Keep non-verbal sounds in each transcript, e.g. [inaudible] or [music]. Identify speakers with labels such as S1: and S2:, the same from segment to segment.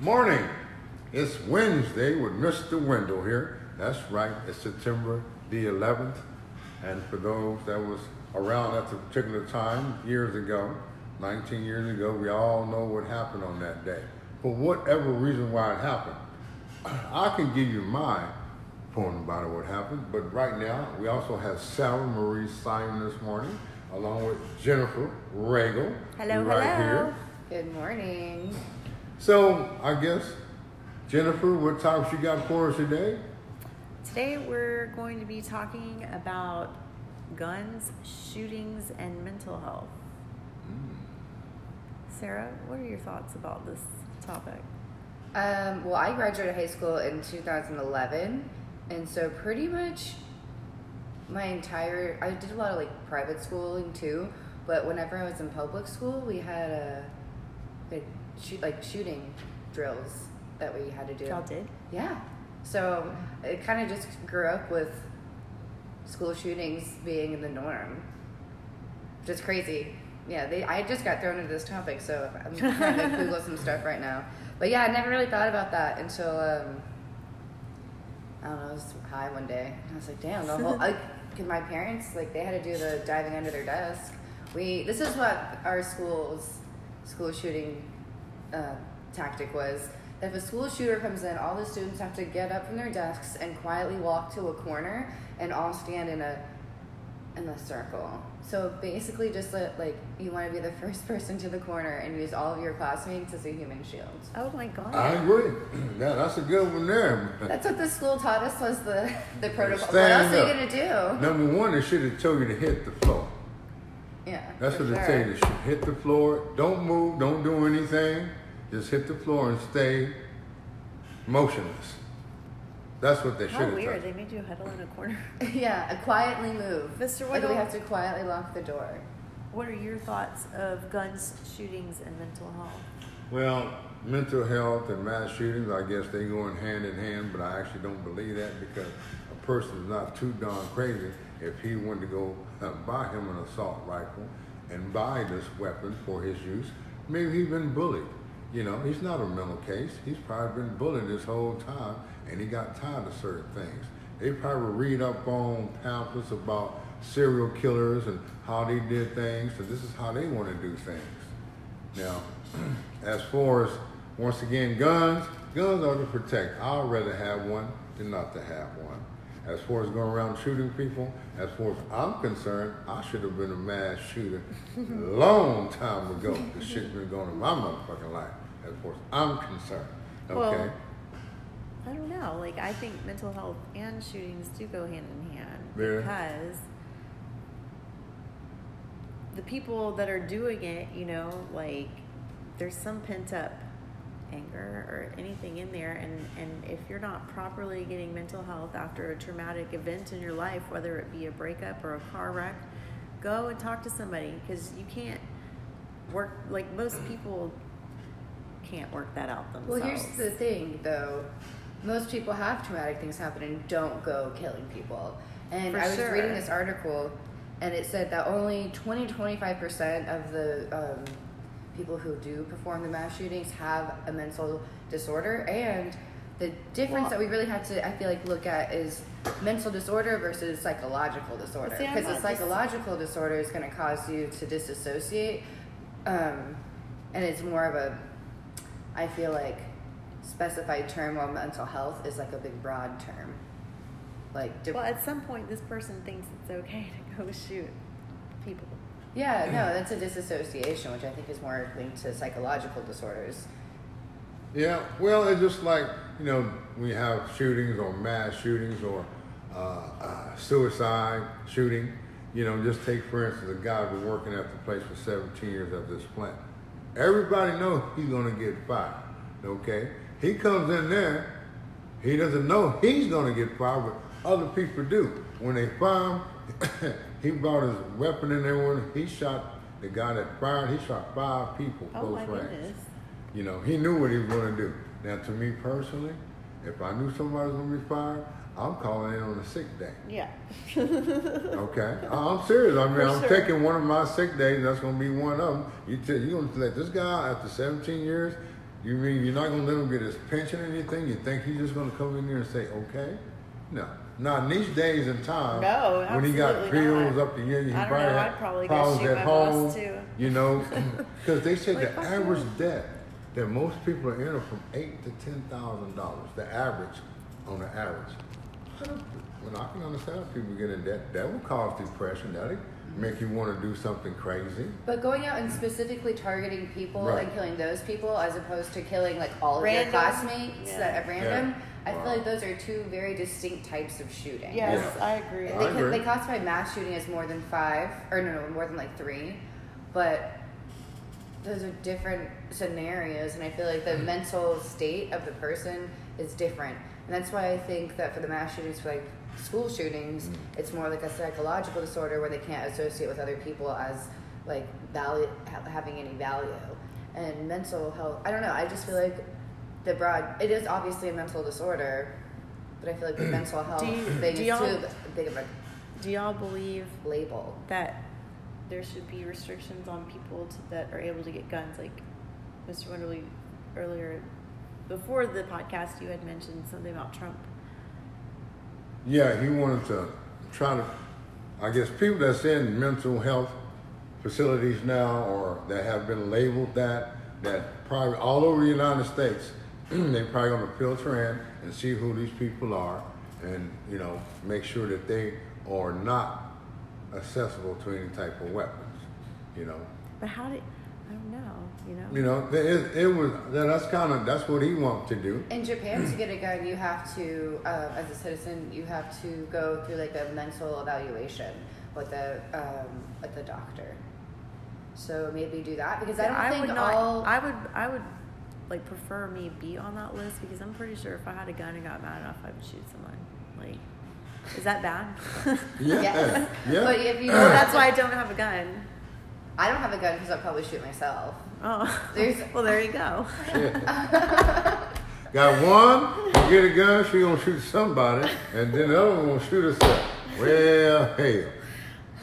S1: Morning. It's Wednesday with Mr. Wendell here. That's right. It's September the 11th. And for those that was around at the particular time years ago, 19 years ago, we all know what happened on that day. For whatever reason why it happened, [clears throat] I can give you my point about it, what happened. But right now, we also have Sarah Marie Simon this morning, along with Jennifer Regal.
S2: Hello,
S1: right
S2: hello.
S1: here.
S3: Good morning.
S1: So I guess Jennifer, what topics you got for us today?
S2: Today we're going to be talking about guns, shootings, and mental health. Sarah, what are your thoughts about this topic?
S3: Um, well, I graduated high school in 2011, and so pretty much my entire I did a lot of like private schooling too, but whenever I was in public school, we had a, a shoot, like shooting drills that we had to do.
S2: Y'all did?
S3: Yeah. So it kind of just grew up with school shootings being the norm. Just crazy. Yeah, they, I just got thrown into this topic, so I'm trying to Google some stuff right now. But yeah, I never really thought about that until um, I don't know. I was high one day, and I was like, "Damn!" The whole, like, can my parents like they had to do the diving under their desk. We this is what our school's school shooting uh, tactic was. If a school shooter comes in, all the students have to get up from their desks and quietly walk to a corner and all stand in a in a circle. So basically, just let, like you want to be the [laughs] first person to the corner and use all of your classmates as a human shield.
S2: Oh my god.
S1: I agree. [clears throat] Yeah, that's a good one there.
S3: That's what the school taught us was the the protocol. What
S1: Stand
S3: else are you
S1: up.
S3: gonna
S1: [laughs]
S3: do?
S1: Number one, they should have told you to hit the floor.
S3: Yeah,
S1: That's
S3: for
S1: what they
S3: sure.
S1: tell you. They should hit the floor. Don't move. Don't do anything. Just hit the floor and stay motionless. That's what they should
S2: How
S1: have
S2: weird.
S1: done.
S2: They made you huddle in a corner. [laughs]
S3: [laughs] Yeah, a quietly move.
S2: Mr.
S3: Like we
S2: Wiggle.
S3: have to quietly lock the door.
S2: What are your thoughts of guns, shootings, and mental health?
S1: Well, mental health and mass shootings, I guess they go in hand in hand, but I actually don't believe that because a person is not too darn crazy if he wanted to go uh, buy him an assault rifle and buy this weapon for his use. Maybe he's been bullied. You know, he's not a mental case. He's probably been bullied this whole time and he got tired of certain things. They probably read up on pamphlets about serial killers and how they did things, so this is how they want to do things. Now, [clears throat] as far as once again guns, guns are to protect. I'd rather have one than not to have one. As far as going around shooting people, as far as I'm concerned, I should have been a mass shooter long time ago. This shit's been going on in my motherfucking life. As far as I'm concerned, okay.
S2: Well- I don't know. Like, I think mental health and shootings do go hand in hand
S1: Yeah.
S2: because the people that are doing it, you know, like there's some pent up anger or anything in there, and and if you're not properly getting mental health after a traumatic event in your life, whether it be a breakup or a car wreck, go and talk to somebody because you can't work like most people can't work that out
S3: Well,
S2: themselves.
S3: here's the thing, though. Most people have traumatic things happen and don't go killing people. And
S2: For
S3: I was
S2: sure.
S3: reading this article, and it said that only 20 25% of the um, people who do perform the mass shootings have a mental disorder. And the difference
S2: Well-
S3: that we really have to, I feel like, look at is mental disorder versus psychological disorder.
S2: See, I'm
S3: Because a
S2: not dis-
S3: psychological disorder is going to cause you to disassociate. Um, and it's more of a I feel like specified term while mental health is like a big broad term. Like, de-
S2: Well, at some point, this person thinks it's okay to go shoot people.
S3: yeah, no, that's a disassociation, which I think is more linked to psychological disorders.
S1: Yeah, well, it's just like you know we have shootings or mass shootings or uh, uh, suicide shooting. You know, just take for instance a guy who's been working at the place for 17 years at this plant. Everybody knows he's gonna get fired. Okay, he comes in there, he doesn't know he's gonna get fired, but other people do. When they fire him, [coughs] he brought his weapon in there. When he shot the guy that fired, he shot five people
S2: Oh
S1: close
S2: my
S1: range.
S2: goodness!
S1: You know, he knew what he was going to do. Now, to me personally, if I knew somebody was going to be fired, I'm calling in on a sick day.
S2: Yeah. [laughs]
S1: Okay, I- I'm serious. I mean,
S2: For
S1: I'm
S2: sure.
S1: taking one of my sick days. That's gonna be one of them. You tell you gonna let this guy out after 17 years. You mean you're not gonna let him get his pension or anything? You think he's just gonna come in here and say okay? No. Now in these days and times,
S2: No,
S1: when he got
S2: absolutely not.
S1: bills up to you, he probably
S2: I don't know,
S1: had
S2: I'd probably go
S1: problems
S2: shoot
S1: at
S2: my boss,
S1: home.
S2: too.
S1: You know, because they said
S2: Like,
S1: the
S2: fuck you.
S1: average debt that most people are in are from eight to ten thousand dollars. The average, on the average. When I can understand if people get in debt, that will cause depression. That'll make you want to do something crazy.
S3: But going out and specifically targeting people
S1: Right.
S3: and killing those people as opposed to killing like all of
S2: Random.
S3: your classmates
S2: Yeah.
S3: that at random, I
S1: Wow.
S3: feel like those are two very distinct types of shooting.
S2: Yes,
S1: Yeah.
S2: I agree.
S1: I
S3: They, cl-
S1: agree.
S3: they classify mass shooting as more than five, or no, no, more than like three, but those are different scenarios, and I feel like the
S2: Mm-hmm.
S3: mental state of the person is different, and that's why I think that for the mass shootings, for like school shootings,
S2: Mm-hmm.
S3: it's more like a psychological disorder where they can't associate with other people as like value ha- having any value, and mental health. I don't know. I just feel like the broad. It is obviously a mental disorder. But I feel like the mental health
S2: Mm. Do you-
S3: thing
S2: do
S3: is
S2: y'all-
S3: too big of a
S2: Do y'all believe
S3: label.
S2: that there should be restrictions on people to, that are able to get guns? Like Mr. Wonderly earlier, before the podcast, you had mentioned something about Trump.
S1: Yeah, he wanted to try to. I guess people that's in mental health facilities now, or that have been labeled that, that probably all over the United States, [clears throat] they probably gonna filter in and see who these people are, and you know make sure that they are not accessible to any type of weapons. You know,
S2: But how did I don't know? You know,
S1: you know, it, it was that's kind of that's what he wanted to do.
S3: In Japan, to get a gun, you have to, uh, as a citizen, you have to go through like a mental evaluation with a um, with a doctor. So maybe do that because I don't think
S2: would not-
S3: all.
S2: I would I would like prefer me be on that list because I'm pretty sure if I had a gun and got mad enough, I would shoot someone. Like, is that bad? [laughs]
S1: Yeah,
S3: Yes. [laughs]
S1: yeah. [clears throat]
S3: But if you,
S2: That's why I don't have a gun.
S3: I don't have a gun because I'll probably shoot myself.
S2: Oh,
S3: There's-
S2: [laughs] well, there you
S3: [laughs]
S2: go.
S1: Got one, you get a gun, she gonna shoot somebody, and then the other one gonna shoot herself. Well, hell.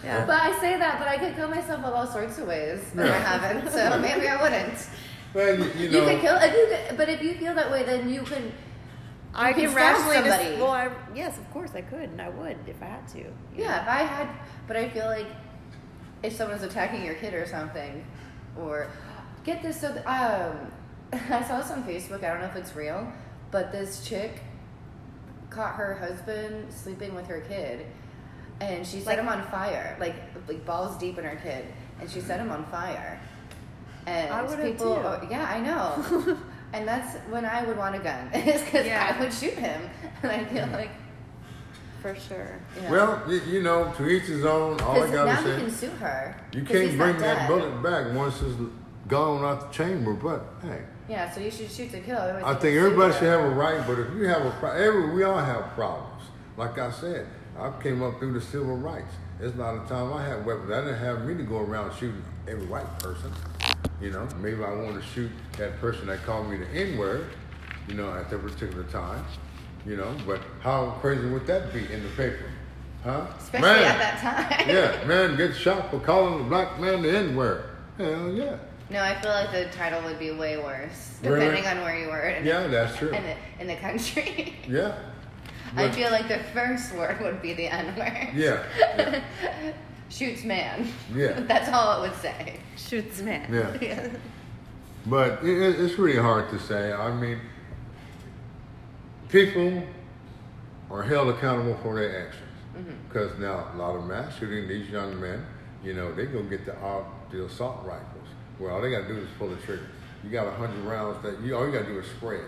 S2: Yeah.
S3: But I say that, but I could kill myself of all sorts of ways, and I
S1: Yeah.
S3: haven't. So maybe I wouldn't.
S1: Well, you, you
S3: You,
S1: know,
S3: could kill, if you could, but if you feel that way, then you can.
S2: I
S3: You
S2: can
S3: can stab
S2: rationally dis-
S3: somebody.
S2: well, I, yes, of course I could, and I would if I had to. you
S3: Yeah, if I had, but I feel like if someone's attacking your kid or something, or get this. So th- um, [laughs] I saw this on Facebook. I don't know if it's real, but this chick caught her husband sleeping with her kid, and she set
S2: Like-
S3: him on fire, like like balls deep in her kid, and she set him on fire. And
S2: I would've
S3: people,
S2: too.
S3: oh, yeah, I
S2: [laughs]
S3: know. and that's when I would want a gun, [laughs] is because
S2: Yeah.
S3: I would shoot him, [laughs] and I feel like.
S2: know, for sure.
S3: You know.
S1: well, you, you know, to each his own. All I
S3: Because
S1: gotta
S3: now
S1: say,
S3: he can sue her.
S1: you
S3: 'cause he's
S1: can't
S3: not
S1: bring that
S3: dead.
S1: bullet back once it's gone out the chamber. But hey,
S3: Yeah, so you should shoot to kill. otherwise
S1: I
S3: you can
S1: think
S3: sue
S1: everybody
S3: her.
S1: should have a right, but if you have a problem, every, we all have problems. Like I said, I came up through the civil rights. There's a lot of time I had weapons. I didn't have me to go around shooting every white person. You know, maybe I want to shoot that person that called me the N word, you know, at that particular time. You know, but how crazy would that be in the paper? Huh?
S3: Especially
S1: Man.
S3: at that time.
S1: yeah, man gets shot for calling a black man the N word. Hell yeah.
S3: [laughs] No, I feel like the title would be way worse,
S1: Really?
S3: depending on where you were in,
S1: Yeah, that's true.
S3: in, the, in the country. [laughs]
S1: Yeah.
S3: I
S1: But-
S3: feel like the first word would be the N word.
S1: Yeah. yeah.
S3: [laughs] Shoots man.
S1: Yeah.
S3: [laughs] That's all it would say.
S2: Shoots man.
S1: Yeah.
S3: [laughs] Yeah.
S1: But it, it- it's really hard to say. I mean, people are held accountable for their actions. Because now a lot of mass shooting, these young men, you know, they go get the, uh, the assault rifles. Well, all they got to do is pull the trigger. You got a hundred rounds that you all you got to do is spray it,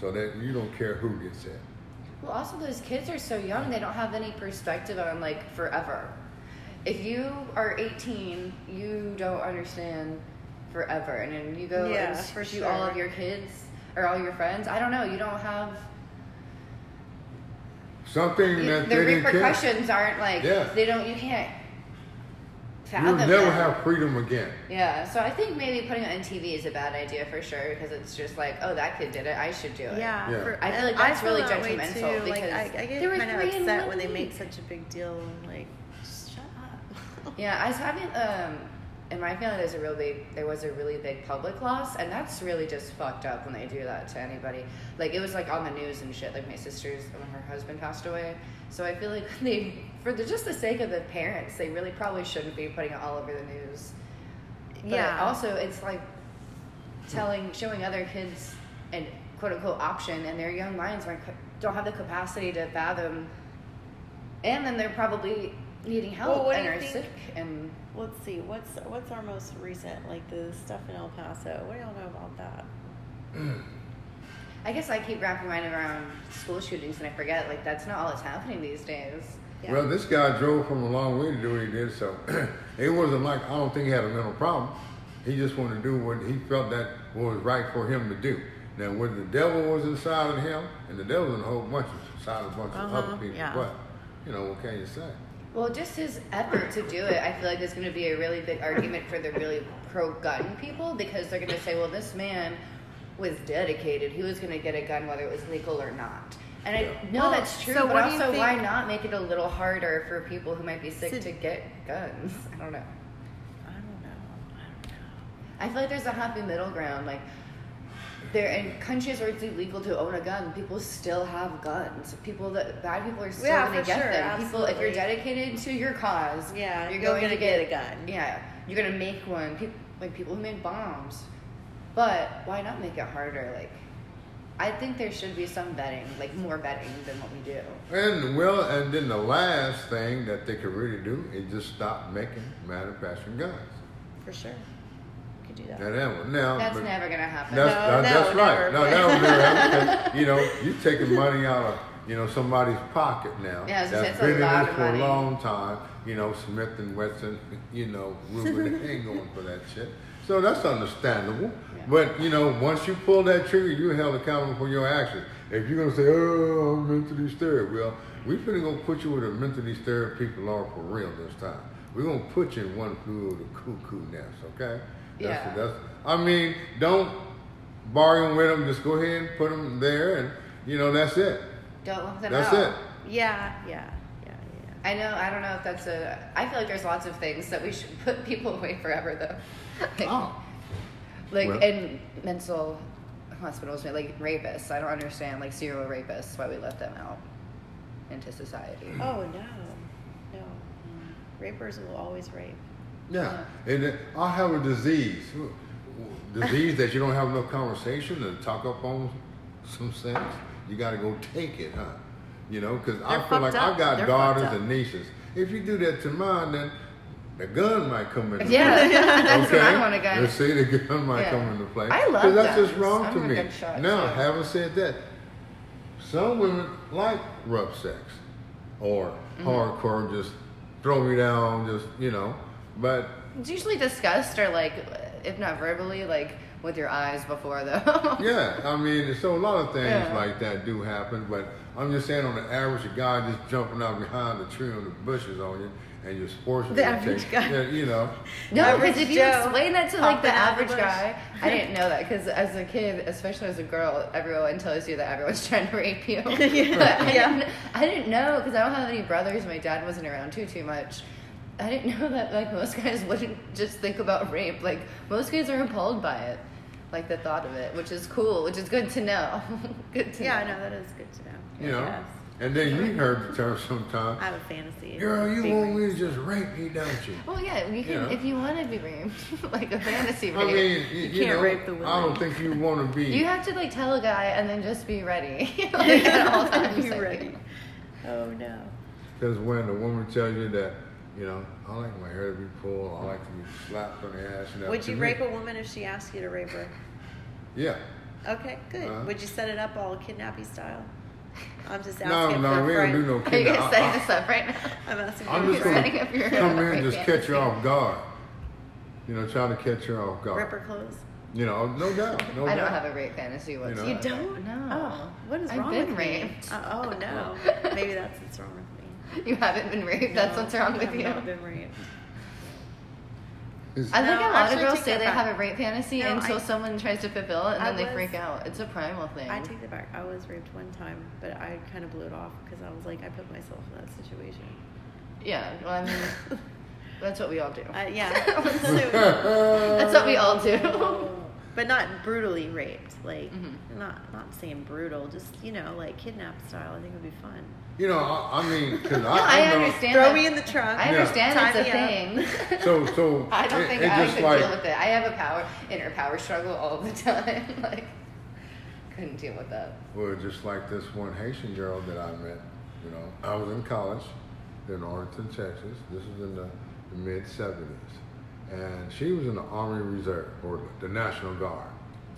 S1: so that you don't care who gets it.
S3: Well, also those kids are so young; they don't have any perspective on like forever. If you are 18, you don't understand forever, and then you go
S2: Yeah,
S3: and
S2: for
S3: shoot all of
S2: sure.
S3: your kids or all your friends. I don't know. You don't have
S1: Something
S3: you-
S1: that
S3: the
S1: they didn't care.
S3: repercussions aren't like
S1: Yeah.
S3: they don't. You can't
S1: You'll
S3: fathom.
S1: never
S3: it.
S1: have freedom again.
S3: Yeah, so I think maybe putting it on TV is a bad idea for sure because it's just like, oh, that kid did it, I should do it.
S2: Yeah,
S1: Yeah.
S2: for-
S3: I feel like
S2: and
S3: that's really
S2: that way
S3: judgmental
S2: Like,
S3: because
S2: I, I get
S3: there was
S2: kind of
S3: three in
S2: upset
S3: one
S2: when they make
S3: week.
S2: such a big deal and like, just shut
S3: [laughs]
S2: up.
S3: Yeah, I was having um in my family there's a real big there was a really big public loss and that's really just fucked up when they do that to anybody. Like it was like on the news and shit, like my sister's when her husband passed away. So I feel like [laughs] they for the, just the sake of the parents, they really probably shouldn't be putting it all over the news. But
S2: yeah.
S3: also it's like telling showing other kids an quote unquote option and their young minds aren't, don't have the capacity to fathom and then they're probably needing help
S2: Well, what do
S3: and
S2: you
S3: are
S2: think-
S3: sick and
S2: Let's see. What's what's our most recent like the stuff in El Paso? What do y'all know about that?
S3: I guess I keep wrapping mine around school shootings and I forget like that's not all that's happening these days.
S2: Yeah.
S1: Well, this guy drove from a long way to do what he did, so [clears throat] it wasn't like I don't think he had a mental problem. He just wanted to do what he felt that was right for him to do. Now, whether the devil was inside of him, and the devil was a whole bunch of inside a bunch of
S2: Uh-huh,
S1: other people,
S2: yeah.
S1: but you know what can you say?
S3: Well, just his effort to do it, I feel like is going to be a really big argument for the really pro gun people because they're going to say, well, this man was dedicated. He was going to get a gun whether it was legal or not. And I
S1: Yeah.
S3: know
S2: Well,
S3: that's true,
S2: so
S3: but
S2: what do you
S3: also, why
S2: think-
S3: not make it a little harder for people who might be sick
S2: So-
S3: to get guns? I don't know.
S2: I don't know. I don't know.
S3: I feel like there's a happy middle ground. Like, there in countries where it's illegal to own a gun, people still have guns. People that bad people are still
S2: Yeah,
S3: going
S2: for
S3: to get
S2: sure,
S3: them. People, if you're
S2: absolutely.
S3: dedicated to your cause,
S2: Yeah,
S3: you're
S2: you're
S3: going to
S2: gonna get
S3: get,
S2: a gun.
S3: Yeah, you're going to make one. People like people who make bombs, but why not make it harder? Like, I think there should be some vetting, like more vetting than what we do.
S1: And well, and then the last thing that they could really do is just stop making manufacturing guns.
S2: For sure. You could do that.
S1: Now, that one, now
S3: That's
S1: but-
S3: never going to happen.
S1: That's, that-
S2: No, no,
S1: that's right.
S2: never.
S1: No, that was never. You know, you're taking money out of you know somebody's pocket now.
S3: Yeah, I was gonna say,
S1: that's
S3: it's a
S1: been in
S3: lot
S1: this
S3: of
S1: for
S3: money.
S1: a long time. You know, Smith and Wesson. You know,
S3: [laughs]
S1: Ruben they ain't going for that shit. So that's understandable.
S3: Yeah.
S1: But you know, once you pull that trigger, you're held accountable for your actions. If you're gonna say, "Oh, I'm mentally disturbed," well, we're gonna go put you where the mentally disturbed people are for real this time. We're gonna put you in one flew of the cuckoo nest, okay? That's,
S3: Yeah.
S1: that's. I mean, don't bargain with them. Just go ahead and put them there, and you know that's it.
S3: Don't let them
S1: That's
S3: out.
S1: it.
S2: Yeah, yeah, yeah, yeah.
S3: I know. I don't know if that's a. I feel like there's lots of things that we should put people away forever, though. Like,
S1: Oh,
S3: like
S1: Well-
S3: in mental hospitals, like rapists. I don't understand like serial rapists why we let them out into society.
S2: Oh no, no. Rapers will always rape. Uh-huh.
S1: yeah. And then I have a disease, disease that you don't have enough conversation to talk up on some things. You got to go take it, huh? You know, because I
S2: They're
S1: feel like
S2: fucked
S1: I
S2: up.
S1: got
S2: They're fucked
S1: daughters
S2: up.
S1: and nieces. If you do that to mine, then the gun might come into
S3: Yeah, [laughs]
S1: play.
S3: that's
S1: okay?
S3: what I want to
S1: You
S3: go.
S1: see, the gun [laughs] might
S3: Yeah.
S1: come into play.
S3: I love
S1: 'Cause that's
S3: guns.
S1: just wrong
S3: I'm
S1: to
S3: a
S1: me.
S3: gun shot,
S1: now,
S3: too.
S1: having said that, some women like rough sex or
S3: Mm-hmm.
S1: hardcore, just throw me down, just you know. But
S3: It's usually discussed or like, if not verbally, like with your eyes before though.
S1: yeah, I mean, so a lot of things
S3: Yeah.
S1: like that do happen. But I'm just saying, on the average, a guy just jumping out behind the tree on the bushes on you, and you're forcing
S2: The
S1: you to
S2: average
S1: take-
S2: guy.
S1: Yeah, you
S3: [laughs]
S1: know.
S3: No,
S2: Average
S3: because if you
S2: Joe
S3: explain that to like the
S2: popping out of
S3: average
S2: the
S3: guy, I didn't know that because as a kid, especially as a girl, everyone tells you that everyone's [laughs] trying to rape you. But I,
S2: Yeah.
S3: didn't, I didn't know because I don't have any brothers. My dad wasn't around too too much. I didn't [laughs] know that like most guys wouldn't just think about rape. Like most guys are appalled by it, like the thought of it, which is cool, which is good to know. [laughs] good to
S2: Yeah,
S3: know.
S2: no, that is good to know.
S1: You know.
S2: Yes.
S1: And then you heard the term sometimes.
S2: I have a fantasy. of
S1: Girl, you
S2: being
S1: want
S2: raped.
S1: me to just rape you, don't you?
S3: Well, yeah, you can
S1: Yeah.
S3: if you want to be raped, [laughs] like a fantasy
S1: I
S3: rape.
S1: mean, you, you
S2: can't
S1: know,
S2: rape the
S1: I don't
S2: women.
S1: think you want to be.
S3: You have to like tell a guy and then just be ready. [laughs]
S2: [laughs]
S3: like, at all [laughs] times.
S2: You
S3: like-
S2: ready? Oh no.
S1: Because when the woman tells you that, you know, I like my hair to be pulled, I like to be slapped on the ass. And that
S2: Would
S1: to
S2: you
S1: me-
S2: rape a woman if she asked you to rape her?
S3: [laughs]
S1: Yeah.
S2: Okay, good.
S1: Uh-huh.
S2: Would you set it up all kidnappy style? I'm just
S1: No,
S2: asking for
S1: no,
S2: a
S1: we don't do
S2: friend.
S1: no
S3: Are you
S1: kidding.
S3: gonna
S1: I,
S3: set this up right now?
S2: I'm asking for
S1: am
S2: a
S1: just
S2: friend.
S1: [laughs] going
S3: setting up your-
S1: to come in and just
S3: your
S1: catch her
S3: fantasy.
S1: off guard. You know, try to catch her off guard.
S2: Rip her clothes.
S1: You know, no doubt. No
S3: I
S1: doubt.
S3: don't have a rape fantasy whatsoever.
S2: You don't?
S3: No.
S2: Oh, what is
S3: I've
S2: wrong
S3: been
S2: with
S3: raped.
S2: me?
S3: [laughs]
S2: Uh, oh no. Maybe that's what's wrong with me.
S3: You haven't been raped. That's
S2: No,
S3: what's wrong
S2: I
S3: with
S2: have
S3: you.
S2: Not been raped.
S1: [laughs]
S3: I think
S2: No,
S3: a lot of
S2: actually,
S3: girls
S2: take
S3: say
S2: that
S3: they
S2: back.
S3: have a rape fantasy
S2: No,
S3: until
S2: I-
S3: someone tries to fulfill it and
S2: I
S3: then they
S2: was-
S3: freak out. It's a primal thing.
S2: I take that back. I was raped one time, but I kind of blew it off because I was like, I put myself in that situation.
S3: yeah, well, I mean,
S2: [laughs]
S3: that's what we all do.
S2: Uh,
S3: [laughs]
S2: yeah. So-
S3: that's what we all do.
S2: but not brutally raped. Like,
S3: Mhm.
S2: not not saying brutal. Just you know, like kidnap style. I think would be fun.
S1: You know, I, I mean, 'cause
S3: No,
S1: I,
S3: I
S1: I'm not-
S3: understand.
S2: Throw
S3: that.
S2: me in the trunk.
S3: I
S1: Yeah.
S3: understand
S2: Tie me up.
S3: it's a thing.
S1: So, so
S3: I don't
S1: it-
S3: think
S1: it
S3: I
S1: just
S3: could
S1: like,
S3: deal with it. I have a power inner power struggle all the [laughs] time. like couldn't deal with that.
S1: Well, just like this one Haitian girl that I met, you know, I was in college in Arlington, Texas. This was in the, the mid 70s. And she was in the Army Reserve or the National Guard.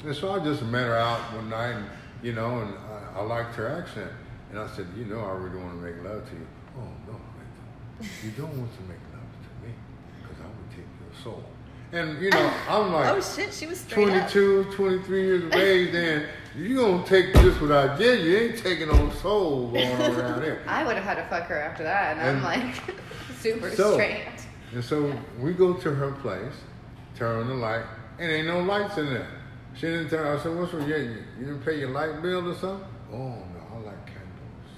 S1: And so I just met her out one night, and, you know, and I, I liked her accent. And I said, You know, I really want to make love to you. Oh, no, Nathan, you don't want to make love to me because I would take your soul. And, you know, I'm like,
S2: Oh shit, she was straight up.
S1: 22, 23 years of age, then you gonna take this without getting. You ain't taking no soul going on
S2: [laughs]
S1: around there.
S3: I would have had to fuck her after that, and,
S1: And-
S3: I'm like [laughs] super
S1: So-
S3: straight.
S1: And so we go to her place, turn on the light, and ain't no lights in there. She didn't tell I said, what's wrong? You, you didn't pay your light bill or something? Oh, no, I like candles.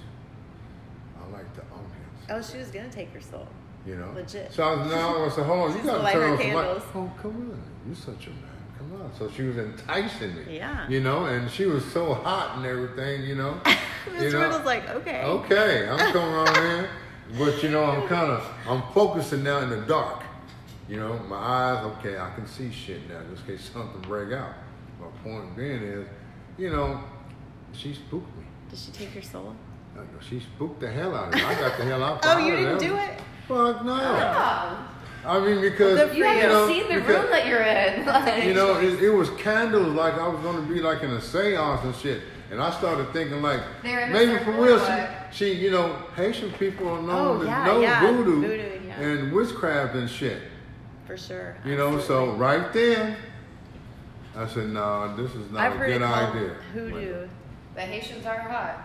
S1: I like the ambiance,
S2: Oh, she was gonna take her soul.
S1: you know?
S2: legit.
S1: So I was, no, I said, hold
S2: [laughs]
S1: on, you
S2: She's
S1: gotta
S2: like
S1: turn
S2: her
S1: on some light.
S2: candles.
S1: Oh, come on, you such a man, come on. So she was enticing me.
S2: Yeah.
S1: You know, and she was so hot and everything, you
S2: [laughs]
S1: know?
S2: Miss Riddle's like, okay.
S1: Okay, I'm
S2: [laughs]
S1: coming on in, but you know, I'm kind of I'm focusing now in the dark. You know, my eyes. Okay, I can see shit now, just in case something break out. My point being is, you know, she spooked me.
S2: Did she take her soul?
S1: I know, She spooked the hell out of me. I got the hell out.
S2: [laughs] Oh, you
S1: out of
S2: didn't
S1: there.
S2: do it?
S1: Fuck no.
S3: Oh,
S1: I mean, because
S2: Good for
S3: you
S2: you
S3: haven't
S1: know,
S3: seen the
S1: because-
S3: room that you're in. [laughs] Like,
S1: you know, it, it was candles like I was gonna be like in a seance and shit. And I started thinking like
S3: They're in a
S1: maybe for
S3: circle or
S1: real
S3: what?
S1: she, she you know, Haitian people are known
S2: Oh,
S1: to
S2: yeah,
S1: know
S2: yeah.
S1: voodoo,
S2: Voodoo, yeah.
S1: and witchcraft and shit.
S2: For sure.
S1: You know, so
S2: Absolutely.
S1: right then I said, nah, this is not
S2: I've
S1: a
S2: heard
S1: good
S2: it called
S1: idea.
S2: hoodoo.
S3: the Haitians are hot.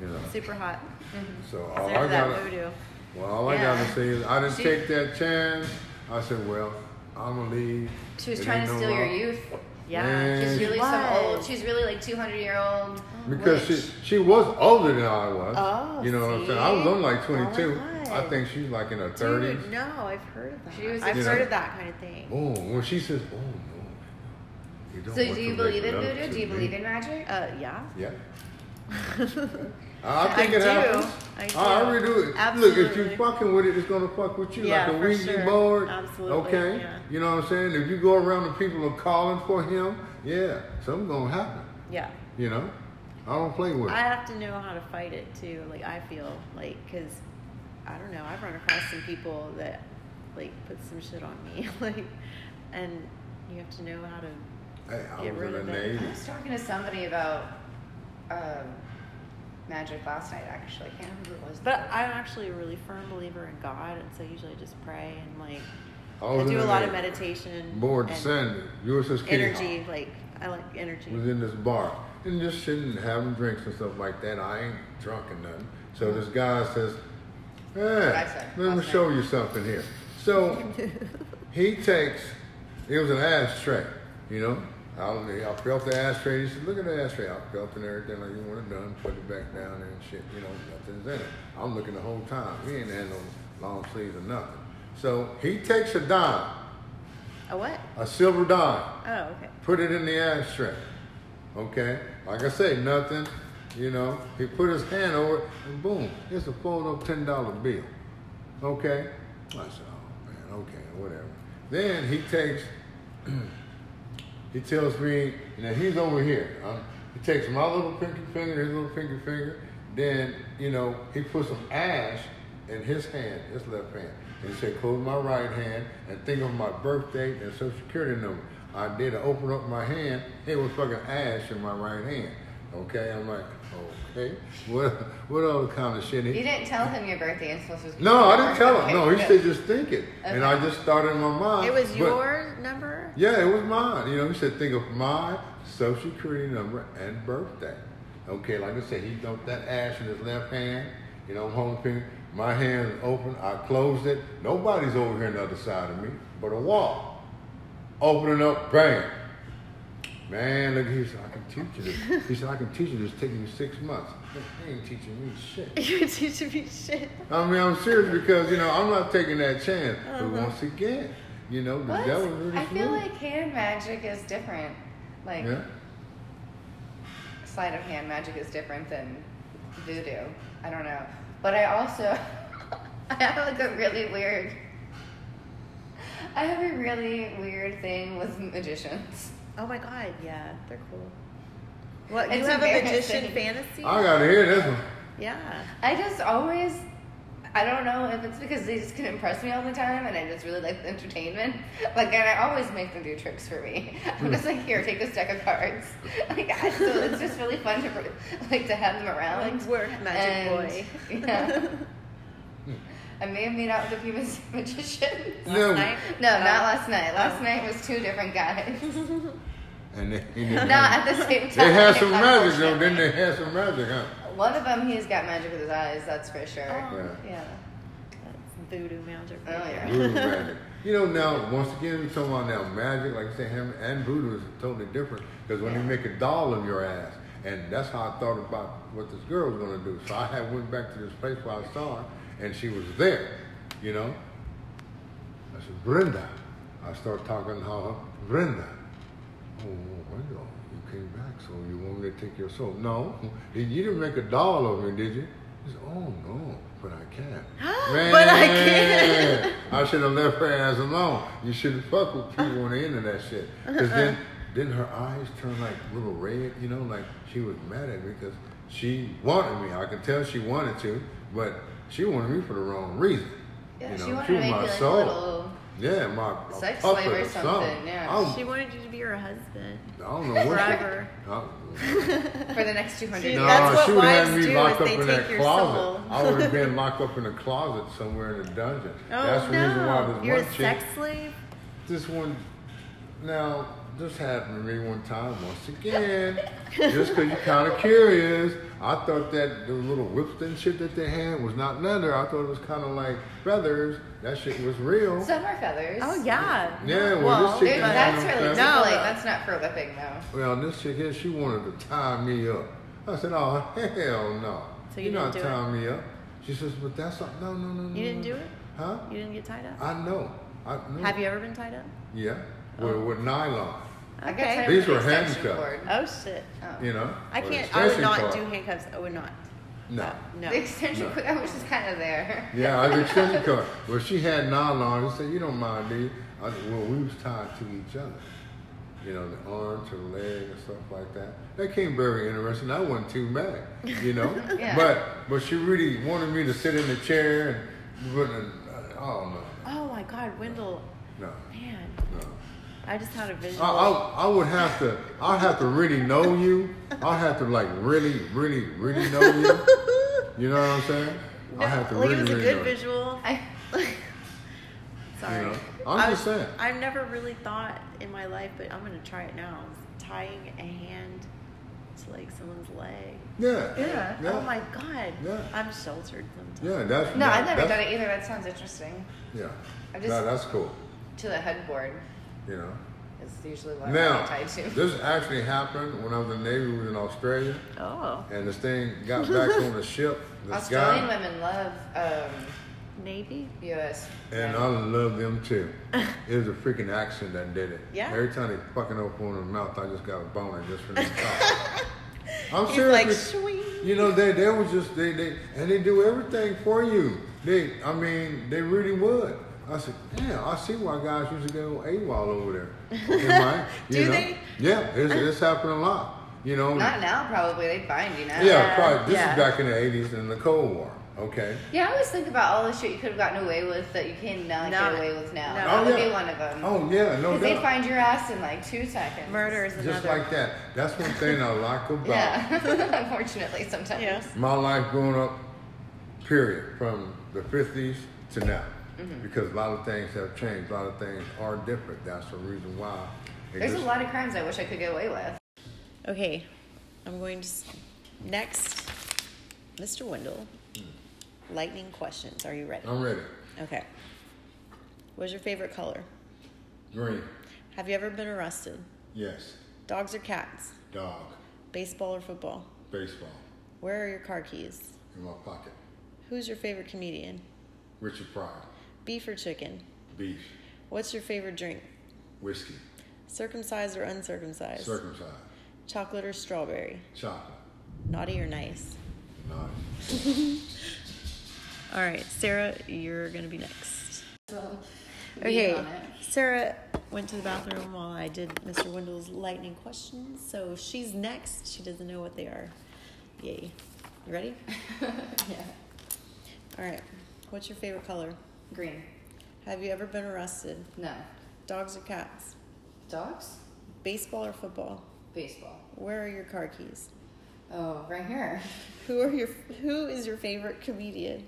S1: You know.
S2: Super hot.
S3: Mm-hmm.
S1: So
S2: Is
S1: all
S2: there
S1: Oh, I
S2: that
S1: gotta
S2: voodoo.
S1: well all
S3: Yeah.
S1: I gotta say is I didn't
S3: She-
S1: take that chance. I said, Well, I'ma leave.
S3: She was
S1: It
S3: trying
S1: ain't
S3: to
S1: no
S3: steal your
S1: wrong.
S3: youth.
S2: Yeah.
S1: Man,
S3: She's
S1: she-
S3: really some
S2: was.
S3: old. She's really like 200 year old.
S1: Because
S3: witch.
S1: she she was older than I was.
S2: Oh,
S1: you know what I'm saying? I was only like 22.
S2: Oh, my
S1: I think she's like in her 30s.
S2: Dude, no, I've heard of that.
S3: She was
S2: I've
S1: You
S2: heard
S1: know?
S2: of that kind of thing.
S1: Oh, when she says, "Oh no," you don't
S3: So
S1: want
S3: do
S1: to
S3: you
S1: make
S3: believe in
S1: love
S3: voodoo?
S1: to
S3: Do you
S1: me.
S3: believe in magic?
S1: Oh.
S2: Uh, yeah.
S1: Yeah.
S2: [laughs]
S1: I I
S2: I
S1: think it
S2: do.
S1: happens.
S2: I do.
S1: really do. Look, if
S2: Absolutely.
S1: you fucking with it, it's gonna fuck with you.
S2: Yeah,
S1: like a
S2: for
S1: Ouija
S2: sure.
S1: board.
S2: Absolutely,
S1: Okay.
S2: yeah.
S1: You know what I'm saying? If you go around and people are calling for him, yeah, something's gonna happen.
S2: Yeah.
S1: You know? I don't play with
S2: I
S1: it.
S2: have to know how to fight it too. Like I feel like because I don't know. I've run across some people that like put some shit on me, [laughs] like, and you have to know how to.
S1: Hey, I
S2: get
S1: was
S2: rid
S1: in the
S2: of it.
S1: Navy.
S3: I was talking to somebody about um, magic last night. Actually, I can't remember what it was.
S2: But I'm actually a really firm believer in God, and so usually I just pray and like
S1: I
S2: I,
S1: was in
S2: do a
S1: the
S2: lot of
S1: Navy.
S2: meditation.
S1: Board
S2: and
S1: descended. USS Kitty Hawk.
S2: energy, like I like energy.
S1: was in this bar and just sitting having drinks and stuff like that. I ain't drunk or nothing. So this guy says,
S3: Mm-hmm. I
S1: Hey,
S3: said
S1: let me
S3: last
S1: show you something here.
S3: [laughs]
S1: So he takes, it was an ashtray, you know. I, I felt the ashtray. He said, Look at the ashtray. I felt it and everything like you want it done. Put it back down there and shit. You know, nothing's in it. I'm looking the whole time. He ain't had no long sleeves or nothing. So he takes a dime,
S2: A what?
S1: a silver dime
S2: Oh, okay.
S1: put it in the ashtray. Okay? Like I say, nothing, you know. He put his hand over it and boom, it's a fold up ten dollar bill. Okay? I said, oh man, okay, whatever. Then he takes he tells me, you know, he's over here. Um, he takes my little pinky finger, his little pinky finger, then, you know, he puts some ash in his hand, his left hand. And he said, close my right hand and think of my birth date and social security number. I did, I opened up my hand, it was fucking ash in my right hand. Okay, I'm like, okay, [laughs] what, what other kind of shit? He,
S3: You didn't tell him your birthday and social security.
S1: no, I didn't tell him.
S3: Okay,
S1: No, he
S3: good.
S1: said just think it. And I
S3: Okay.
S1: just started in my mind.
S2: It was
S1: Uh, but-
S2: your number. [laughs]
S1: yeah, it was mine. You know, he said, think of my social security number and birthday. Okay, like I said, he dumped that ash in his left hand. You know, home finger. My hand is open. I closed it. Nobody's over here on the other side of me but a wall. opening up, bam. Man, look, he said, I can teach you this. He said, I can teach you this, taking you six months. He ain't teaching me shit.
S2: You're teaching me shit.
S1: I mean, I'm serious because, you know, I'm not taking that chance.
S2: Uh-huh.
S1: But once again, you know, the
S3: What?
S1: devil really
S3: I feel
S1: sneaky.
S3: like hand magic is different. Like
S1: Yeah.
S3: sleight of hand magic is different than voodoo. I don't know. But I also [laughs] I have like a really weird I have a really weird thing with magicians.
S2: Oh my god, yeah, they're cool. What you
S3: It's
S2: have a magician
S3: [laughs] embarrassing.
S2: fantasy?
S1: I gotta hear this one.
S2: yeah.
S3: I just always I don't know if it's because they just can impress me all the time and I just really like the entertainment. [laughs] Like and I always make them do tricks for me. [laughs] I'm just like, here, take this deck of cards. [laughs] Like I, so it's just really fun to [laughs] like to have them around.
S2: Like work, magic boy.
S3: And- [laughs]
S2: [laughs]
S3: yeah. I may have made out with a few [laughs] mag- magicians.
S1: Last No.
S2: night?
S3: No,
S2: Oh.
S3: not last night. Last
S2: Oh.
S3: night was two different guys.
S2: [laughs]
S3: [laughs]
S1: And they,
S3: not at the same time.
S1: they had some magic though,
S3: unfortunately.
S1: didn't they? Had some magic, huh?
S3: One of them, he's got magic with his eyes. That's for sure.
S2: Oh.
S1: Yeah.
S3: Yeah.
S2: That's voodoo magic.
S3: Oh, yeah.
S1: Voodoo magic. You know, now once again, we're talking about now magic, like you say, him and voodoo is totally different because when you
S3: Yeah.
S1: make a doll of your ass, and that's how I thought about what this girl was gonna do. So I had went back to this place where I saw her, and she was there. You know, I said, Brenda. I started talking to her, Brenda. Oh, well, you came back, so you want me to take your soul? No, [laughs] you didn't make a doll of me, did you? He said, oh no, but I
S3: [gasps]
S1: can.
S2: But I can.
S1: Man, I should have left her ass alone. You shouldn't fuck with people on the internet shit. Because
S3: Uh-uh.
S1: then, then her eyes turned like little red, you know, like she was mad at me because she wanted me. I could tell she wanted to, but she wanted me for the wrong reason.
S3: Yeah,
S1: you know,
S3: she wanted
S1: she
S3: to
S1: was
S3: make you
S1: my
S3: like
S1: soul.
S3: little.
S1: Yeah, my a
S3: Sex
S1: puppet
S3: slave or
S1: something.
S3: something, yeah.
S1: I was
S2: She wanted you to be her husband.
S1: I don't know what she-
S2: Forever. [laughs]
S1: I-
S3: for the next 200
S2: She-
S3: years.
S1: No,
S2: That's what
S1: she would have
S2: wives
S1: had me
S2: do,
S1: locked
S2: is
S1: up
S2: they
S1: in
S2: take
S1: that
S2: your soul.
S1: closet. I would have
S2: [laughs]
S1: been locked up in a closet somewhere in a dungeon.
S2: Oh
S1: That's the
S2: no!
S1: reason why this
S2: You're
S1: one
S2: a
S1: chick,
S2: sex slave.
S1: this one. Now, this happened to me one time once again. just because you're kind of curious, I thought that the little whips and shit that they had was not leather. I thought it was kind of like feathers. That shit was real.
S3: Some are feathers.
S2: Oh yeah.
S1: Yeah, well,
S2: Well,
S1: this
S3: Dude,
S1: chick
S2: but-
S3: that's really
S1: No.
S3: no. like that's not for whipping though.
S1: Well, this chick here, she wanted to tie me up. I said, oh, hell no.
S2: So you
S1: You're not
S2: didn't do it?
S1: tying me up. She says, but that's not, no, no, no, no.
S2: You didn't
S1: no.
S2: do it.
S1: Huh?
S2: You didn't get tied up.
S1: I know. I know.
S2: Have you Oh. ever been tied up?
S1: Yeah. With, with nylon,
S3: I got tied
S2: Okay.
S3: up
S1: These
S3: with
S1: were
S3: an extension
S1: handcuffs.
S3: cord.
S2: Oh shit.
S3: Oh.
S1: you know?
S2: I
S1: or the
S2: can't. I would
S1: extension
S2: not
S1: cord.
S2: do handcuffs. I would not.
S1: No.
S2: No.
S3: Oh. The extension
S1: No.
S3: cord, I was just kind of there.
S1: Yeah, I was extension cord. Well, she had nylon. She said, you don't mind, do you? I said, well, we was tied to each other. You know, the arm to the leg and stuff like that. That came very interesting. I wasn't too mad, you
S2: [laughs]
S1: know?
S3: Yeah.
S1: But but she really wanted me to sit in the chair and, but, uh, oh,
S2: Oh my god, Wendell.
S1: no, no,
S2: Man,
S1: no.
S2: I just had a vision.
S1: I, I, I would have to I'd have to really know you. I'd have to like really, really, really know you. You know what I'm saying? I have to
S2: like
S1: really,
S2: it was a
S1: really
S2: good
S1: know you.
S2: visual.
S3: I,
S2: Sorry.
S1: You know, I'm
S2: I-
S1: just saying.
S2: [laughs] I've never really thought in my life, but I'm gonna try it now. is Tying a hand to like someone's leg.
S1: Yeah.
S3: Yeah.
S1: Yeah.
S2: Oh my god.
S1: Yeah.
S2: I'm sheltered sometimes.
S1: Yeah, that's
S3: no, I've never
S1: that's-
S3: done it either. That sounds interesting.
S1: Yeah.
S3: I just-
S1: no, that's cool.
S3: To the headboard
S1: You know.
S3: is usually what
S1: now
S3: I'm tied to.
S1: [laughs] this actually happened when I was in the Navy, we was in Australia
S2: Oh,
S1: and this thing got back on the ship. This
S3: Australian
S1: guy
S3: women love um,
S2: Navy.
S3: U.S.
S1: And I love them too. It was a freaking accent that did it.
S2: Yeah.
S1: Every time they fucking open their mouth, I just got a boner just
S3: [laughs]
S1: from the top. I'm
S2: He's
S1: serious.
S2: like
S1: with-
S2: swing.
S1: you know, they they was just they they and they do everything for you. They I mean, they really would. I said, damn, I see why guys usually go AWOL over there.
S2: [laughs]
S1: in Miami,"
S2: Do
S1: you know?
S2: they?
S1: Yeah, it's, it's happened a lot. You know,
S3: Not now, probably. They'd find you now.
S1: yeah, probably. This
S2: Yeah.
S1: is back in the '80s and the Cold War. Okay.
S3: Yeah, I always think about all the shit you could have gotten away with that you cannot
S2: Not-
S3: get away with
S2: no.
S3: now. That
S1: Oh,
S3: would
S1: yeah.
S3: be one of them.
S1: Oh yeah, no
S3: Because they
S1: doubt.
S3: find your ass in like two seconds.
S2: Murder is another.
S1: Just like that. That's one thing I
S2: [laughs]
S1: like about
S3: Yeah, [laughs] unfortunately, sometimes.
S2: yeah.
S1: my life growing up, period, from the 50s to now.
S3: Mm-hmm.
S1: Because a lot of things have changed, a lot of things are different. That's the reason why. it
S3: There's a
S1: just-
S3: lot of crimes I wish I could get away with.
S2: Okay, I'm going to s- next, Mr. Wendell. Lightning questions. Are you ready?
S1: I'm ready.
S2: Okay. What's your favorite color?
S1: Green.
S2: Have you ever been arrested?
S1: Yes,
S2: Dogs or cats?
S1: dog,
S2: Baseball or football?
S1: baseball,
S2: Where are your car keys?
S1: in my pocket.
S2: Who's your favorite comedian?
S1: Richard Pryor,
S2: Beef or chicken?
S1: beef,
S2: What's your favorite drink?
S1: whiskey,
S2: Circumcised or uncircumcised?
S1: circumcised,
S2: Chocolate or strawberry?
S1: chocolate,
S2: Naughty or nice?
S1: nice.
S2: All right, Sarah, you're going to be next.
S3: So,
S2: Okay.
S3: on it.
S2: Sarah went to the bathroom while I did Mr. Wendell's lightning questions, so she's next. She doesn't know what they are. Yay. You ready?
S3: yeah.
S2: All right. What's your favorite color?
S3: Green.
S2: Have you ever been arrested?
S3: No.
S2: Dogs or cats?
S3: Dogs?
S2: Baseball or football?
S3: Baseball.
S2: Where are your car keys?
S3: Oh, right here.
S2: Who are your Who is your favorite comedian?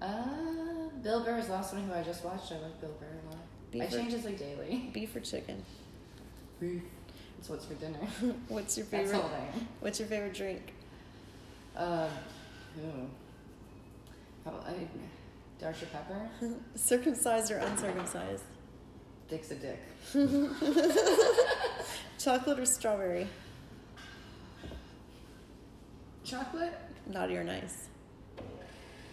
S3: Uh, Bill Burr's the last one who I just watched. I like Bill Burr a lot.
S2: Beaver.
S3: I change his like daily.
S2: Beef or chicken?
S1: Beef,
S3: That's what's for dinner.
S2: What's your
S3: That's
S2: favorite?
S3: all day.
S2: What's your favorite drink?
S3: Um, ooh. How- I, Darsha Pepper?
S2: Circumcised or uncircumcised?
S3: Dick's a dick.
S2: Chocolate or strawberry?
S3: Chocolate?
S2: Naughty or nice?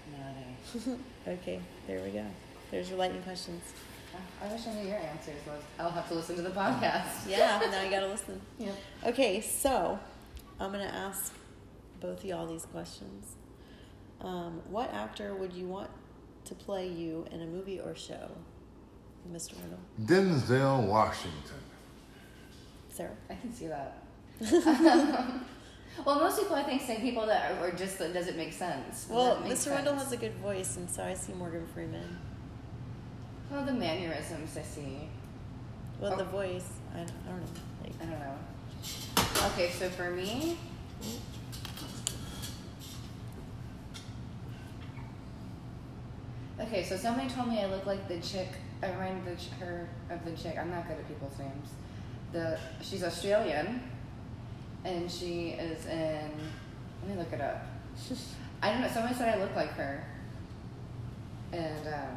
S3: Naughty.
S2: Okay, there we go. There's your lightning [laughs] questions.
S3: I, I wish I knew your answers. Liz. I'll have to listen to the podcast.
S2: Yeah, now you gotta listen.
S3: [laughs] Yep.
S2: Okay, so I'm gonna ask both of y'all these questions. Um, what actor would you want to play you in a movie or show? Mr. Arnold.
S1: Denzel Washington.
S2: Sarah.
S3: I can
S2: [laughs]
S3: see that. well, most people I think say people that are, or just that doesn't make sense. and
S2: Well,
S3: that
S2: Mr.
S3: makes
S2: Wendell
S3: sense.
S2: has a good voice, and so I see Morgan Freeman.
S3: Well, the mannerisms I see.
S2: Well, the
S3: Oh.
S2: voice, I, I don't know. Like,
S3: I don't know. Okay, so for me, okay, so somebody told me I look like the chick. I remind the ch- her of the chick. I'm not good at people's names. The she's Australian, and she is in. Let me look it [laughs] up. I don't know. Somebody said I look like her, and um,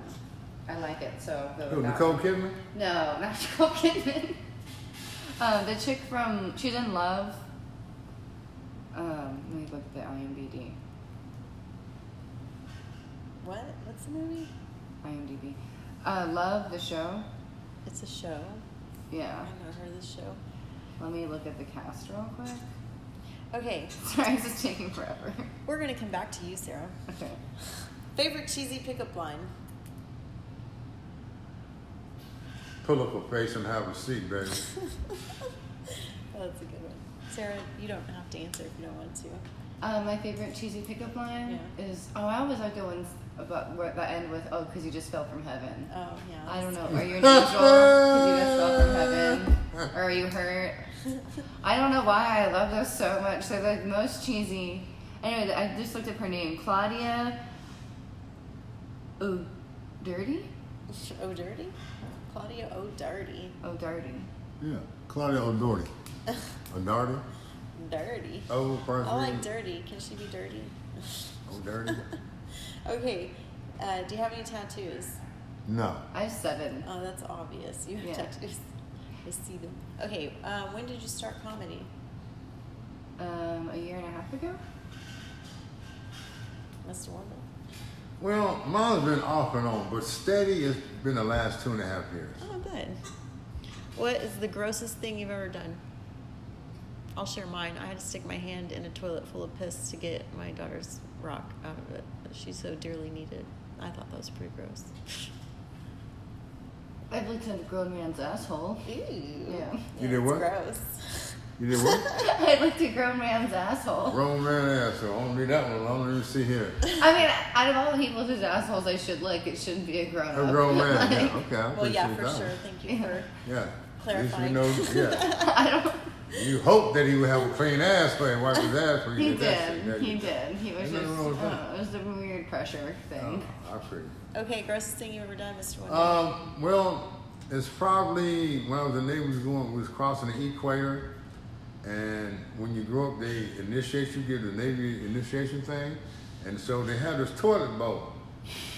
S3: I like it. So the-
S1: Who, Nicole Kidman?
S3: no, not [laughs] Nicole Kidman. Um, the chick from She's in Love. Um, let me look at the IMDb.
S2: what? What's the movie?
S3: IMDb. Uh, Love the show.
S2: It's a show.
S3: Yeah.
S2: I know her the show.
S3: Let me look at the cast real quick. [laughs]
S2: Okay,
S3: Sorry, this is taking forever.
S2: we're gonna come back to you, Sarah.
S3: Okay.
S2: Favorite cheesy pickup line?
S1: Pull up a place and have a seat, baby.
S3: [laughs]
S2: Oh, that's a good one. Sarah, you don't have to answer if you don't want to.
S3: Uh, my favorite cheesy pickup line
S2: Yeah.
S3: is oh I always like the ones about where that end with oh because you just fell from heaven.
S2: Oh, yeah.
S3: I don't know. Are you an angel? Because you just fell from heaven? Or are you hurt? I don't know why I love those so much. They're the most cheesy. Anyway, I just looked up her name, Claudia. Oh, dirty.
S2: [laughs] Oh, dirty? Claudia Oh, dirty.
S3: Oh, dirty.
S1: Yeah, Claudia O'Doherty. O'Doherty?
S2: Dirty.
S1: Oh, first
S2: I like
S1: name.
S2: dirty. Can she be dirty?
S1: O'Doherty?
S2: okay. Uh, do you have any tattoos?
S1: No.
S3: I have seven.
S2: Oh, that's obvious. You have
S3: Yeah.
S2: tattoos. I see them. Okay. Um, when did you start comedy?
S3: Um, a year and a half ago.
S2: Mr. Wendell.
S1: Well, mine's been off and on, but steady has been the last two and a half years.
S2: Oh, good. What is the grossest thing you've ever done? I'll share mine. I had to stick my hand in a toilet full of piss to get my daughter's rock out of it. that She so dearly needed. I thought that was pretty gross.
S3: I've looked at a grown man's asshole. [laughs]
S2: Ew. Yeah.
S1: You did what?
S2: Gross.
S1: You did what?
S3: I looked at a grown man's asshole.
S1: [laughs] Grown man asshole. I don't need that one. I don't even see here.
S3: I mean, out of all the people whose assholes I should lick, it shouldn't be a grown
S1: A
S3: up.
S1: grown man.
S3: [laughs] Like,
S1: Yeah, okay. I
S2: Well, yeah,
S1: appreciate
S2: for
S1: that
S2: sure.
S1: one.
S2: Thank you for.
S1: Yeah.
S2: Clarifying.
S1: At least we know.
S3: [laughs]
S1: Yeah.
S3: I don't.
S1: you hope that he would have a clean ass for and wipe his ass for
S3: He
S1: you. that shit,
S3: did.
S1: didn't
S3: He
S1: you?
S3: did. He was
S1: Ain't nothing
S3: just.
S1: wrong with that.
S3: oh, it was a weird pressure
S1: Oh,
S3: thing.
S1: I appreciate it.
S2: Okay, grossest thing you've ever done, Mr. Wendell.
S1: Um, well, it's probably when I was a neighbor, we was going, we was crossing the equator, and when you grow up, they initiate you, give the Navy initiation thing, and so they had this toilet bowl,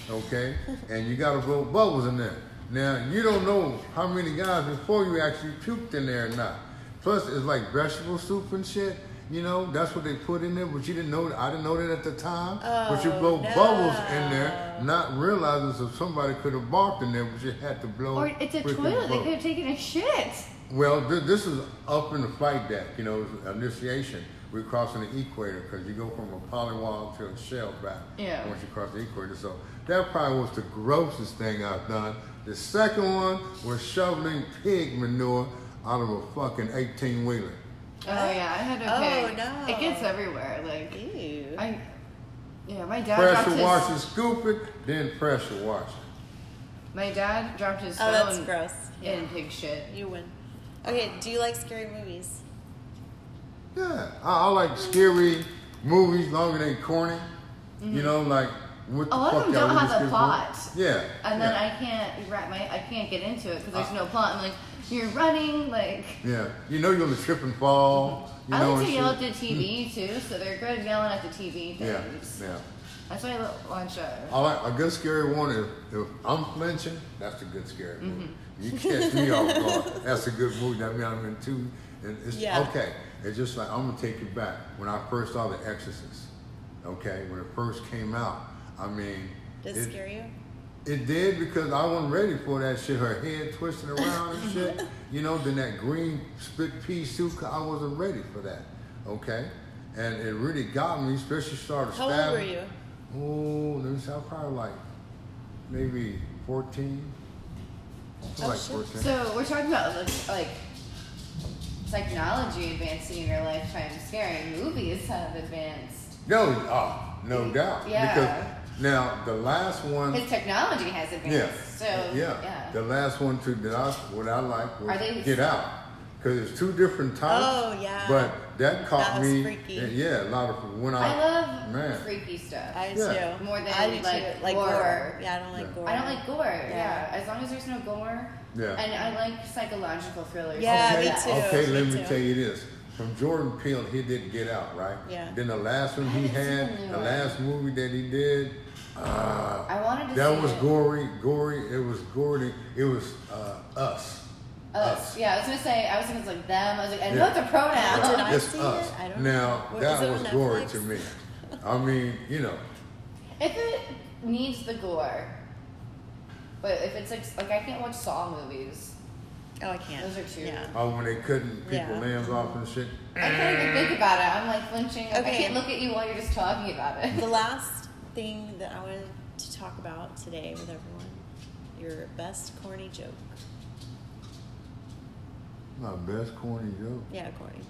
S1: okay, and you got to blow bubbles in there. Now you don't know how many guys before you actually puked in there or not. Plus, it's like vegetable soup and shit. You know, that's what they put in there, but you didn't know. I didn't know that at the time. but you
S2: Oh,
S1: blow
S2: no.
S1: bubbles in there, not realizing so somebody could have barked in there, but you had to blow.
S3: Or it's a
S1: Oh. freaking
S3: toilet. They
S1: bubble.
S3: could have taken a shit.
S1: Well, th- this is up in the flight deck, you know, initiation. We're crossing the equator because you go from a polywog to a shell back
S3: Yeah.
S1: once you cross the equator. So that probably was the grossest thing I've done. The second one was shoveling pig manure out of a fucking 18 wheeler.
S3: Oh yeah, I had
S2: Oh,
S3: a pig.
S2: no.
S3: It gets everywhere. Like
S2: Ew.
S3: Uh, I, yeah, my dad dropped
S1: Pressure
S3: his.
S1: wash it, scoop it, then pressure wash it.
S3: My dad dropped his
S2: oh, that's
S3: phone
S2: gross. Yeah.
S3: in pig shit.
S2: You win. Okay, do you like scary movies?
S1: Yeah, I, I like scary movies, long as they corny. You know, like what the
S3: Mm-hmm. A lot of
S1: fuck
S3: them
S1: y'all
S3: don't
S1: really
S3: have a
S1: scared about?
S3: plot.
S1: Yeah,
S3: And then
S1: yeah.
S3: I can't wrap my I can't get into it because there's
S1: Uh.
S3: no plot. I'm like, you're running like.
S1: Yeah, you know you're gonna trip and fall. You
S3: Mm-hmm. I
S1: know,
S3: like to
S1: and
S3: yell at
S1: shit.
S3: the TV too, so they're good at yelling at the TV things.
S1: Yeah, yeah.
S3: That's why I lo- watch uh
S1: I like a good scary one. If, if I'm flinching, that's a good scary movie.
S3: Mm-hmm.
S1: You catch me off guard. That's a good movie. That means I'm in two. And it's
S2: Yeah.
S1: okay. It's just like I'm gonna take you back when I first saw The Exorcist. Okay, when it first came out. I mean,
S2: Does it scare you?
S1: It did because I wasn't ready for that shit. Her head twisting around and
S2: [laughs]
S1: shit. You know, then that green split pea soup. I wasn't ready for that. Okay, and it really got me. Especially started
S2: How
S1: stabbing.
S2: old were you?
S1: Oh, let me see. I was probably like maybe fourteen. I was
S2: Oh,
S1: like
S2: shit.
S1: fourteen.
S3: So we're talking about like, like technology advancing in your lifetime. Scary movies have advanced.
S1: no, oh, no doubt.
S3: Yeah.
S1: Because now the last one.
S3: His technology has
S1: Yeah.
S3: advanced. So
S1: yeah. The last one too that I what I like was
S3: Are they-
S1: Get Out. Cause it's two different types.
S2: Oh, yeah.
S1: But that caught
S2: was
S1: me.
S2: freaky.
S1: Yeah, a lot of when I,
S3: I love
S1: man.
S3: freaky stuff.
S2: I
S1: Yeah.
S2: do.
S3: More than,
S2: I do too.
S3: like,
S2: like
S3: gore.
S2: Yeah, I don't like
S1: Yeah.
S2: gore.
S3: I don't like gore. Yeah.
S2: Yeah.
S3: as long as there's no gore.
S1: Yeah.
S3: And I like psychological thrillers.
S2: Yeah,
S1: okay,
S2: me too.
S1: Okay, let
S2: me
S1: me
S2: too.
S1: tell you this. From Jordan Peele, he did Get Out, right?
S2: Yeah.
S1: Then the last one
S3: I
S1: he
S3: haven't
S1: had,
S3: seen the
S1: the
S3: new
S1: last movie that he did, uh,
S3: I wanted to.
S1: that
S3: see
S1: was
S3: it.
S1: gory, gory. It was gory. It was uh, us.
S3: Us. Oh, Yeah, I was gonna say. I was gonna say like them. I was like, I know
S1: Yeah.
S3: what the pronouns.
S2: Did I
S1: it's
S2: see it?
S1: us.
S2: I don't
S1: now
S2: know. What- is
S1: that
S2: it on
S1: was gory
S2: Netflix?
S1: to
S2: [laughs]
S1: me. I mean, you know,
S3: If it needs the gore, but if it's like like I can't watch Saw movies.
S2: Oh, I can't.
S3: Those are two.
S2: Yeah.
S1: Oh, when they cutting people
S2: Yeah.
S1: limbs off and shit.
S3: I can't even think about it. I'm like flinching. Like, I
S2: Okay.
S3: can't look at you while you're just talking about it. [laughs]
S2: The last thing that I wanted to talk about today with everyone, your best corny joke.
S1: My best corny joke.
S2: Yeah, corny.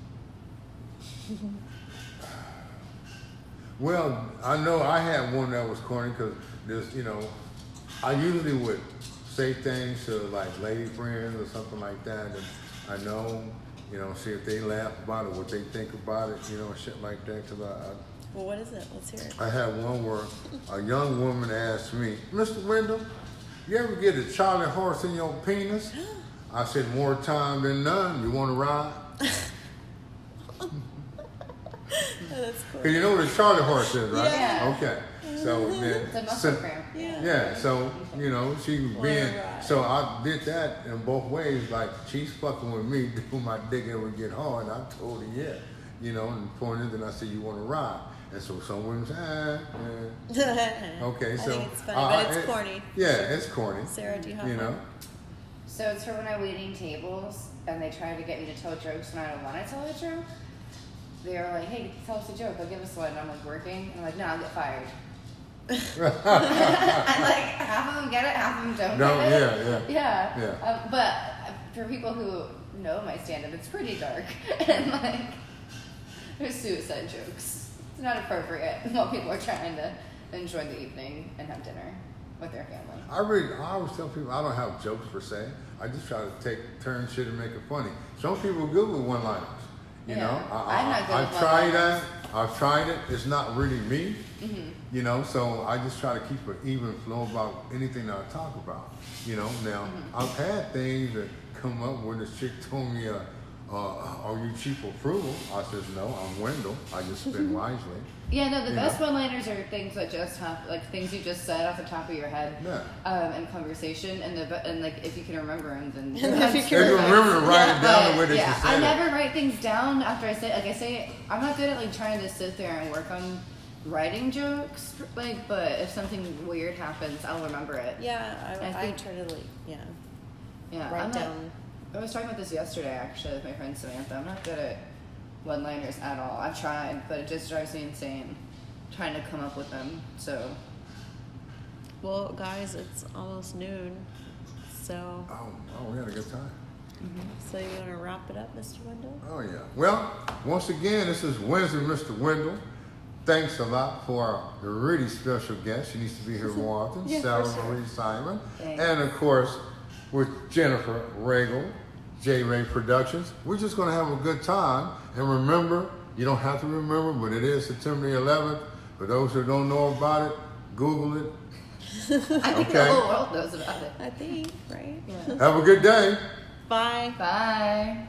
S1: Well, I know I had one that was corny because there's, you know, I usually would say things to like lady friends or something like that, and I know, you know, see if they laugh about it, what they think about it, you know, and shit like that. Because I, I
S2: Well, what is it? Let's hear it.
S1: I had one where a young woman asked me, Mr. Wendell, you ever get a Charlie horse in your penis? I said, more time than none. You want to ride?
S2: Oh, that's cool.
S1: 'Cause you know what a Charlie horse is, right?
S3: Yeah. Mm-hmm.
S1: Okay. So then,
S3: It's a muscle
S1: so-
S3: cramp.
S2: Yeah.
S1: yeah. So you know, she was
S2: Wanna
S1: being.
S2: ride.
S1: So I did that in both ways. Like she's fucking with me, [laughs] doing my dick, and would get hard. And I told her, yeah. You know, and pointed, and I said, you want to ride? And so some women said, ah, eh. Okay, so
S2: [laughs] I think it's funny,
S1: uh,
S2: but it's
S1: it-
S2: corny. uh-huh.
S1: Yeah, it's corny.
S2: Sarah, do you have
S1: You know,
S2: one?
S3: So it's for when I'm waiting tables and they try to get me to tell jokes when I don't want to tell a joke. They're like, hey, tell us a joke. I'll give us one. And I'm like working. And I'm like, no, I'll get
S1: [laughs]
S3: fired. [laughs] I'm like, half of them get it, half of them don't
S1: No,
S3: get it.
S1: yeah, yeah.
S3: Yeah.
S1: Yeah.
S3: Um, but for people who know my stand up, it's pretty dark. [laughs] and like, there's suicide jokes. It's not appropriate [laughs] while people are trying to enjoy the evening and have dinner with their family.
S1: I really, I always tell people I don't have jokes per se. I just try to take turn shit and make it funny. Some people are good with one-liners. You
S3: Yeah.
S1: know,
S3: I'm not good
S1: I,
S3: with
S1: have tried
S3: one-liners.
S1: that. I've tried it. It's not really me.
S2: Mm-hmm.
S1: You know, so I just try to keep an even flow about anything that I talk
S2: Mm-hmm.
S1: about. You know, now I've had things that come up where this chick told me a, a uh, are you cheap approval? I says, no, I'm Wendell. I just
S2: Mm-hmm.
S1: spend wisely.
S3: Yeah, no, the
S1: You
S3: best
S1: know?
S3: one-liners are things that just happen, like things you just said off the top of your head,
S1: Yeah.
S3: um, in conversation, and the be- and like if you can remember them,
S2: [laughs]
S3: then
S2: if you
S1: They
S2: can
S1: can remember to write it down the way
S3: But,
S1: they
S3: yeah,
S1: should say
S3: I
S1: it.
S3: never write things down after I say. Like I say, I'm not good at like trying to sit there and work on writing jokes. Like, but if something weird happens, I'll remember it.
S2: Yeah, I,
S3: I
S2: I,
S3: think-
S2: try to like yeah
S3: Yeah, I'm
S2: write
S3: not-
S2: down.
S3: I was talking about this yesterday actually with my friend Samantha. I'm not good at one liners at all. I've tried, but it just drives me insane trying to come up with them. So
S2: Well, guys, it's almost noon, so
S1: Oh, oh, we had a good time.
S2: so you want to wrap it up, Mr. Wendell?
S1: Oh, yeah. Well, once again, this is Wednesday, Mr. Wendell. Thanks a lot for our really special guest. She needs to be here more often,
S2: [laughs] Yeah, for
S1: Sarah
S2: sure.
S1: Marie Simon.
S3: Thanks.
S1: And of course, with Jennifer Regal, J Ray Productions. We're just going to have a good time. And remember, you don't have to remember, but it is September the 11th. For those who don't know about it, Google it.
S3: I think
S1: Okay.
S3: the whole world knows about it.
S2: I think right.
S1: Have a good day.
S2: Bye.
S3: Bye.